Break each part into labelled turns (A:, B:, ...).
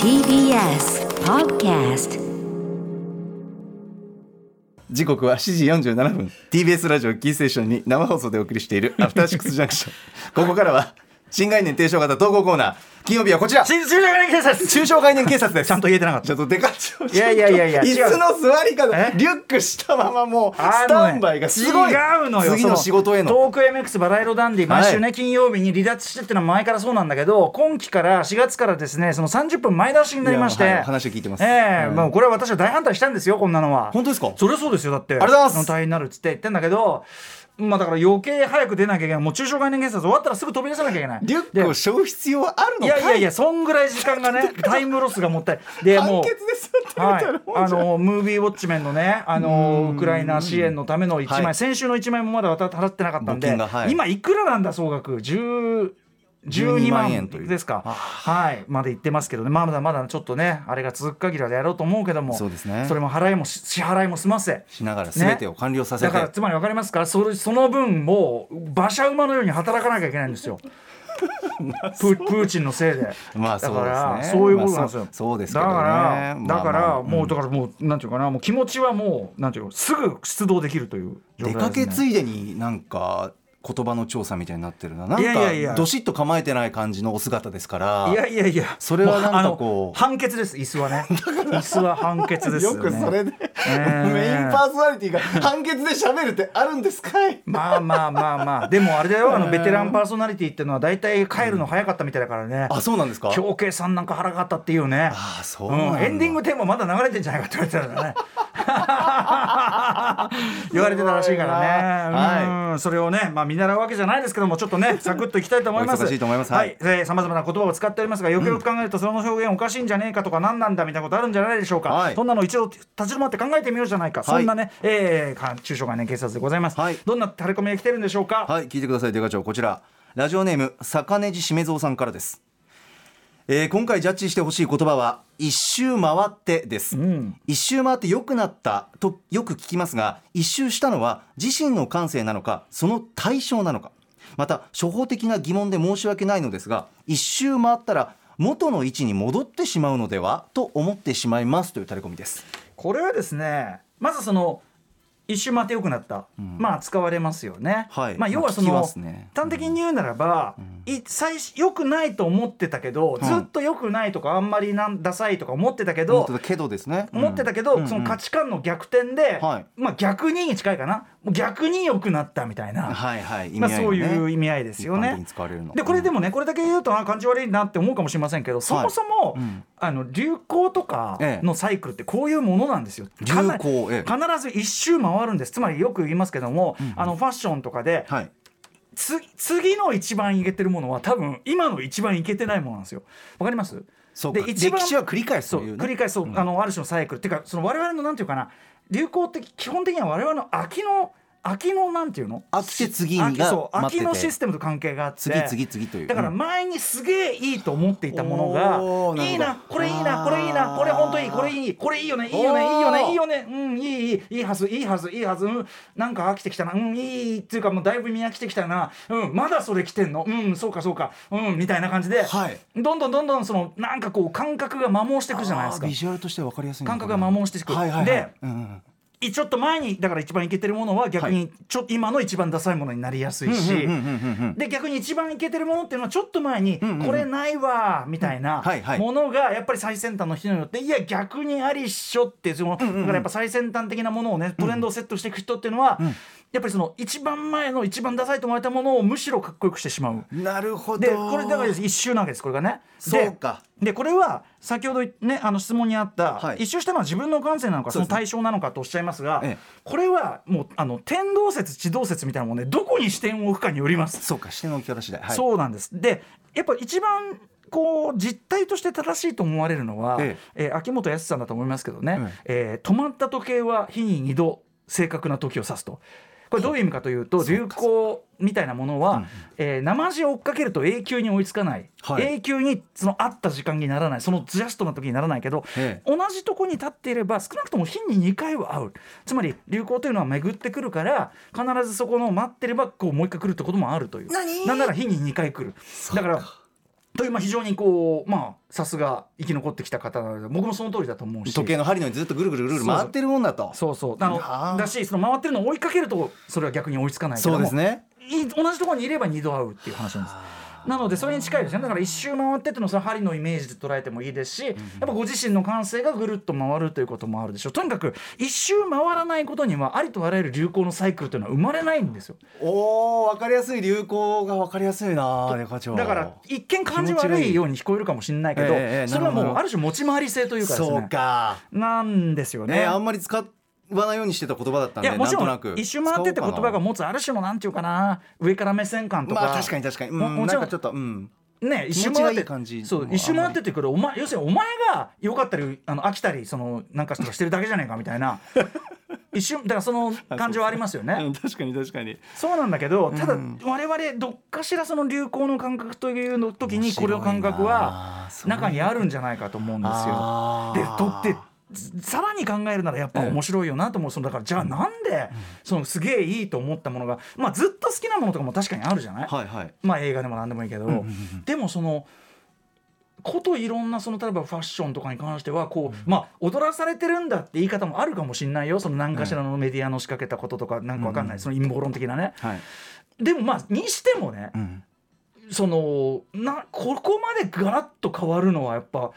A: TBS Podcast
B: 時刻は7時47分 TBS ラジオキーステーションに生放送でお送りしている「アフターシックスジャンク ション」ここからは新概念提唱型投稿コーナー金曜日はこちら
C: 新中学年警察
B: 中小概念警察です
C: ちゃんと言えてなかっ
B: ちょ
C: た
B: っとでかっ
C: いやいやいやいや
B: 椅子の座り方
C: え
B: リュックしたままもう
C: あ
B: ス
C: のね
B: タンバイがすごい
C: 違うのよ
B: 次の仕事へ
C: そ
B: の
C: トーク MX バラ色ダンディ毎週ね、
B: は
C: 金曜日に離脱してってのは前からそうなんだけど今期から4月からですねその30分前倒しになりまして、
B: いやはい話を聞いてます
C: ええ
B: うん
C: まあ、これは私は大反対したんですよこんなのは
B: 本当ですか
C: そりゃそうですよだってあ
B: りがとうございます
C: 大変になるっつって言ってんだけどまあだから余計早く出なきゃいけないもう中小概念検査終わったらすぐ飛び出さなきゃいけない
B: リュックを背負う必要はある
C: い
B: の
C: やい
B: か
C: やいやそんぐらい時間が ねタイムロスがもったいでも
B: 判
C: う
B: 決ですよって言
C: は
B: わ
C: い
B: れたらもう、
C: あのムービーウォッチメンのね、あのウクライナ支援のための1枚、
B: はい
C: 先週の1枚もまだ払ってなかったん
B: 募
C: で、
B: 金がはい
C: 今、いくらなんだ、総額、10 12
B: 12
C: 万
B: 万
C: 円
B: 円という
C: ですか、はい、まで言ってますけどね、まあまだまだちょっとね、あれが続く限りはやろうと思うけども、
B: そうですね
C: それも払いもし支払いも済ませ、
B: しながら全てを完了させ
C: だ
B: て、
C: からつまり分かりますかそれその分もう馬車馬のように働かなきゃいけない んですよ。ププーチンのせいで、
B: まあ
C: だか
B: そう
C: ら
B: ですね
C: そういうことなんですよ、
B: まあそうそうですけどね
C: だから、
B: まあ
C: だから、
B: まあうん
C: もうだからもうなんていうかなもう気持ちはもうなんていうかすぐ出動できるという状
B: 出
C: 態
B: か
C: です、ね、
B: けついでになんか言葉の調査みたいになってるななん
C: いやいやいや
B: かどしっと構えてない感じのお姿ですから
C: いやいやいや
B: それはなんか
C: もあの
B: こう
C: 判決です椅子 はね椅子は判決ですよ、ね、
B: よくそれで、
C: え
B: メインパーソナリティが判決で喋るってあるんですかい
C: まあまあまあまあでもあれだよあのベテランパーソナリティってのは大体帰るの早かったみたいだからね、
B: あそうなんですか
C: 京慶さんなんか腹が立ったっていうね
B: ああそう
C: う
B: なん
C: ん、
B: だ
C: エンディングテーマまだ流れてんじゃないかって言われてたか らね言われてたらしいからね、
B: すごいな
C: うんそれをね、まあ、見習うわけじゃないですけどもちょっ とねサクッといきたいと思います
B: お忙しいと思います
C: は
B: はいい
C: さまざまな言葉を使っておりますがよくよく考えるとその表現おかしいんじゃねえかとか何なんだみたいなことあるんじゃないでしょうか、
B: はい
C: そんなの一度立ち止まって考えてみようじゃないか、
B: はい
C: そんなね、えーか、中小概念警察でございます、
B: はい
C: どんなタレコミが来てるんでしょうか、
B: はい聞いてください出課長こちらラジオネーム坂根地しめぞうさんからです、えー今回ジャッジしてほしい言葉は一周回ってです、
C: ん
B: 一周回って良くなったとよく聞きますが一周したのは自身の感性なのかその対象なのかまた初歩的な疑問で申し訳ないのですが一周回ったら元の位置に戻ってしまうのではと思ってしまいますというタレコミです
C: これはですねまずその一周待てよくなった、まあ使われますよね、
B: はい
C: まあ要はその、
B: まあ聞きますね
C: 端的に言うならば、い最初良くないと思ってたけど、
B: ん
C: ずっと良くないとかあんまりなんダサいとか思ってたけど
B: 本当だけどですね
C: 思ってたけど、その価値観の逆転で、
B: はい
C: まあ逆に近いかなもう逆に良くなったみたいな、
B: はいはい意
C: まあ、
B: 味合い
C: そういう
B: 味
C: 意味合いですよ
B: 一般的
C: ね
B: に。使われるの
C: でこれでもねこれだけ言うとあ感じ悪いなって思うかもしれませんけどそもそも、
B: うん
C: あの流行とか
B: ええ
C: のサイクルってこういうものなんですよ。
B: 流
C: かな
B: 行ええ
C: 必ず一周回るんですつまりよく言いますけども、あのファッションとかで、
B: はい
C: つ次の一番いけてるものは多分今の一番いけてないものなんですよ。わかります
B: そうか
C: で一番
B: 歴史は繰り返す
C: そう
B: というね
C: 繰り返すそう、あのある種のサイクルっていうかその我々のなんていうかな流行って基本的には我々の飽きの飽きのなんていうの
B: 飽きて次が
C: 飽きそう飽
B: 待って
C: き
B: て
C: のシステムと関係があって
B: 次々次という
C: だから
B: うん
C: 前にすげえいいと思っていたもの
B: おー
C: が、
B: なるほど
C: いいなこれいいなこれいいな
B: あー
C: これ本当いいこれいいこれいいよねいいよね
B: おー
C: いいよねいいよねうんいいいいいいはずいいはずいいはずうんなんか飽きてきたなうんいいっていうかもうだいぶ見飽きてきたなうんまだそれ着てんのうんそうかそうかうんみたいな感じで、
B: はい
C: どんどんどんどんそのなんかこう感覚が摩耗していくじゃないですか
B: あービ。ジュアルとしては分かりやすいのか
C: 感
B: な
C: 覚が摩耗していく、
B: はいはいはい
C: で
B: うんうん
C: いちょっと前にだから一番いけてるものは逆
B: は
C: にちょ、今の一番ダサいものになりやすいし、
B: うんうんうんうんうん
C: で逆に一番いけてるものっていうのはちょっと前に
B: んうん
C: これないわみたいな
B: はいはい
C: ものがやっぱり最先端の人によっていや逆にありっしょってそのだからやっぱ最先端的なものをねトレンドをセットしていく人っていうのはやっぱりその一番前の一番ダサいと思われたものをむしろかっこよくしてしまう。
B: なるほど
C: でこれだから一周なわけですこれがね。で
B: そうか
C: でこれは先ほどねあの質問にあった、
B: はい
C: 一周したのは自分の感性なのかそ
B: そう
C: の
B: ですね
C: 対象なのかとおっしゃいますが
B: ええ
C: これはもうあの天動説地動説みたいなもんねどこに視点を置くかによります。
B: そうか視点の置き方次第はい
C: そうなんです。で、やっぱ一番こう実態として正しいと思われるのは、え
B: え
C: ー秋元康さんだと思いますけど
B: うん
C: ね。えー止まった時計は日に二度正確な時を指すと。これどういう意味かというと流行みたいなものは、えー生地を追っかけると永久に追いつかない、
B: はい
C: 永久にそのあった時間にならないそのジャストな時にならないけど、
B: え
C: 同じとこに立っていれば少なくとも日に2回は会うつまり流行というのは巡ってくるから必ずそこの待ってればこうもう一回来るってこともあるという
B: 何
C: なんなら日に2回来るだからという、まあ、非常にこうまあさすが生き残ってきた方なので僕もその通りだと思うし
B: 時計の針のようにずっとぐるぐるぐるぐる回ってるもんだと
C: そうそうあ
B: あ
C: の
B: ー
C: だしその回ってるのを追いかけるとそれは逆に追いつかないけど
B: そう
C: も
B: ですね
C: い同じところにいれば二度会うっていう話なんです。なのでそれに近いですねだから一周回ってっていうのはその針のイメージで捉えてもいいですし、やっぱご自身の感性がぐるっと回るということもあるでしょうとにかく一周回らないことにはありとあらゆる流行のサイクルというのは生まれないんですよ
B: おー分かりやすい流行が分かりやすいなレカ長
C: だから一見感じ悪いように聞こえるかもしれないけど
B: 気持ちがいいええええ
C: それはも
B: なる
C: う
B: ほど
C: ある種持ち回り性というかです
B: そう
C: ね
B: か
C: なんですよね
B: ねあんまり使わないようにしてた言葉だったん
C: い
B: で
C: やもちろ
B: なんとなんく
C: 一周回ってって言葉が持つある種のなんていうかな上から目線感とか、
B: まあ確かに確かに、うん
C: もも
B: な
C: ちろ
B: ん
C: ん
B: かちょっとうん
C: ね、一
B: 気
C: 周
B: 持ちが
C: 回
B: い
C: っ
B: い
C: て
B: 感じ
C: そう
B: もう
C: 一周回ってってくるお前要するにお前が良かったりあの飽きたりそのなんかとかしてるだけじゃないかみた いな一瞬だからその感じはありますよね。
B: 確かに確かに
C: そうなんだけどただ我々どっかしらその流行の感覚というの時にこれの感覚は
B: 面白いな
C: 中にあるんじゃないかと思うんですよ。でとってさらに考えるならやっぱ面白いよなと思う、そのだからじゃあなんでそのすげえいいと思ったものが、まあ、ずっと好きなものとかも確かにあるじゃない、
B: はいはい
C: まあ映画でも何でもいいけど、でもそのこといろんなその例えばファッションとかに関してはこう、まあ踊らされてるんだって言い方もあるかもしれないよその何かしらのメディアの仕掛けたこととかなんかわかんない、その陰謀論的なね
B: はい、
C: でもまあにしてもね、
B: ん
C: そのなここまでガラッと変わるのはやっぱ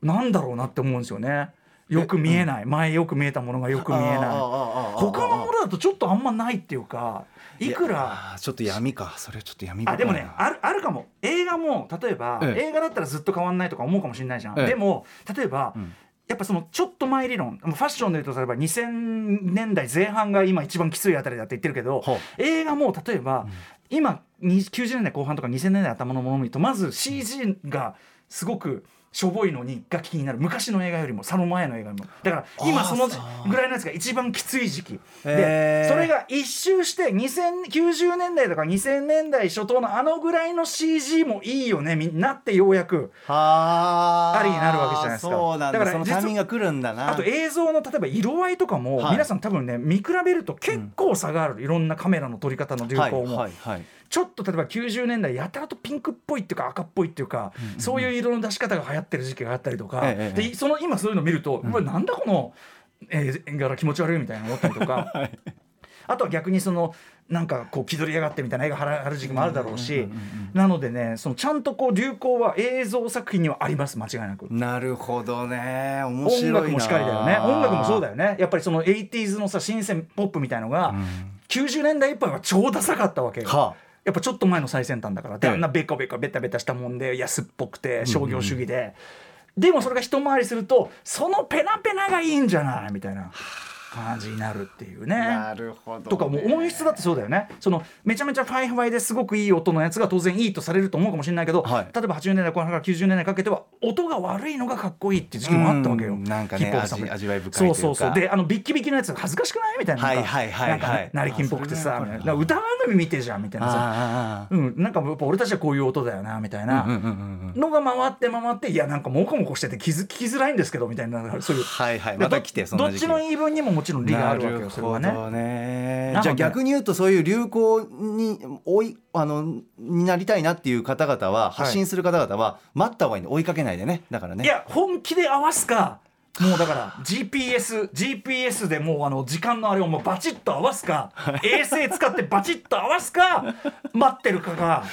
C: なんだろうなって思うんですよねよく見えない、前よく見えたものがよく見え
B: あーあー
C: ない
B: あーあー
C: 他のものだとちょっとあんまないっていうかいくら
B: やあーちょっと闇かそれはちょっと闇深いな
C: あでもねあるあるかも映画も例えば、
B: ええ
C: 映画だったらずっと変わんないとか思うかもしれないじゃん、
B: ええ
C: でも例えば、
B: ん
C: やっぱそのちょっと前理論ファッションでいうと例えば2000年代前半が今一番きついあたりだって言ってるけど
B: ほう
C: 映画も例えば、今に90年代後半とか2000年代頭のものを見るとまず CG がすごくしょぼいのにが気になる昔の映画よりもその前の映画よりもだから今
B: あー
C: その
B: そう
C: ぐらいのやつが一番きつい時期
B: へー
C: でそれが一周して2090年代とか2000年代初頭のあのぐらいの CG もいいよねみんなってようやく
B: はー
C: ありになるわけじゃないですか
B: そうなんだ
C: だから
B: その
C: 実は
B: タイミングが来るんだな
C: あと映像の例えば色合いとかも
B: はい
C: 皆さん多分ね見比べると結構差があるいろんなカメラの撮り方の流
B: はい
C: 行も
B: はいはい
C: ちょっと例えば90年代やたらとピンクっぽいっていうか赤っぽいっていうかそういう色の出し方が流行ってる時期があったりとか
B: ええええ
C: でその今そういうの見るとうわなんだこのえー絵柄気持ち悪いみたいな思ったりと か。あとは逆にそのなんかこう気取りやがってみたいな絵がある時期もあるだろうしなのでねそのちゃんとこう流行は映像作品にはあります間違いなく。
B: なるほどね面白い
C: 音
B: な
C: 楽もしかりだよね音楽もそうだよねやっぱりその 80s のさ新鮮ポップみたいのが、90年代いっぱいは超ダサかったわけよ、
B: はあ
C: やっぱちょっと前の最先端だからで
B: ええ
C: あんなベコベコベタベタしたもんで安っぽくて商業主義で、でもそれが一回りするとそのペナペナがいいんじゃないみたいな感じになるっていうね。
B: なるほどね、
C: とかもう音質だってそうだよねそのめちゃめちゃファイファイですごくいい音のやつが当然いいとされると思うかもしれないけど、
B: はい
C: 例えば80年代後半から90年代にかけては音が悪いのがかっこいいっていう時期もあったわけ
B: う
C: よ
B: んなんかね
C: ヒップホップさも
B: 味味わい深いというか
C: そうそうそうであのビッキビキのやつ恥ずかしくないみたいな
B: はいはいはいはい
C: なんかね成金っぽくて
B: あ
C: さ
B: そ
C: み
B: れはいわ
C: たな
B: かる
C: 歌番組見てじゃんみたいなさ
B: あー
C: うん、なんかやっぱ俺たちはこういう音だよなみたい
B: あー
C: な
B: あーうんうんうん
C: のが回って回っていやなんかモコモコしてて気づ聞きづらいんですけどみたいなそういう
B: はいはい
C: で
B: また来て
C: ど
B: そんな
C: どっ
B: 時
C: ち
B: 期
C: の言い分にももちろん理があるわけよそれはね
B: なるほどね
C: なので
B: じゃあ逆に言うとそういう流行に追いあのになりたいなっていう方々は発信する方々は待った方がいいんで追いかけないでねだからね
C: いや本気で合わすかもうだから GPS, GPS でもうあの時間のあれをもうバチッと合わすか衛星使ってバチッと合わすか待ってるかが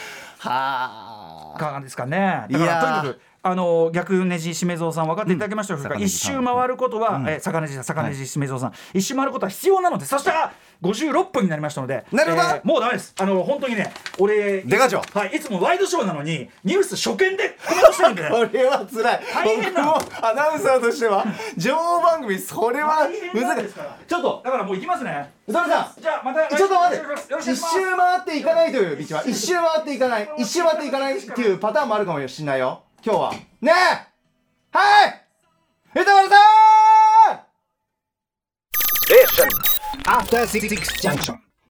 B: はあ
C: かですかねだ
B: い
C: か
B: や
C: ら
B: ー
C: とにかくあの逆ネジしめぞうさん分かっていただけましたでしょうか、
B: うん
C: 一周回ることは、え坂ネジだ坂ネジしめぞうさん、一周回ることは必要なのでそしたら56分になりましたので
B: なるほど
C: もうダメですあの本当にね俺
B: 出川町
C: はい、いつもワイドショーなのにニュース初見でコメントしてるんで
B: これ は辛い
C: 大変
B: 僕
C: だ
B: もアナウンサーとしては情報番組それは
C: 大変な
B: 難
C: んで
B: しい
C: すから
B: ちょっと
C: だからもう行きますね。
B: 宇佐美さん
C: じゃあまた来週
B: ちょっと待
C: よろしくお
B: っ
C: 願
B: て
C: いし
B: 一
C: ます
B: 周回っていかないという道は一周回っていかない一周回っていかないっていうパターンもあるかもしれないよ今日はねえはい歌丸さん
D: After Six Junction.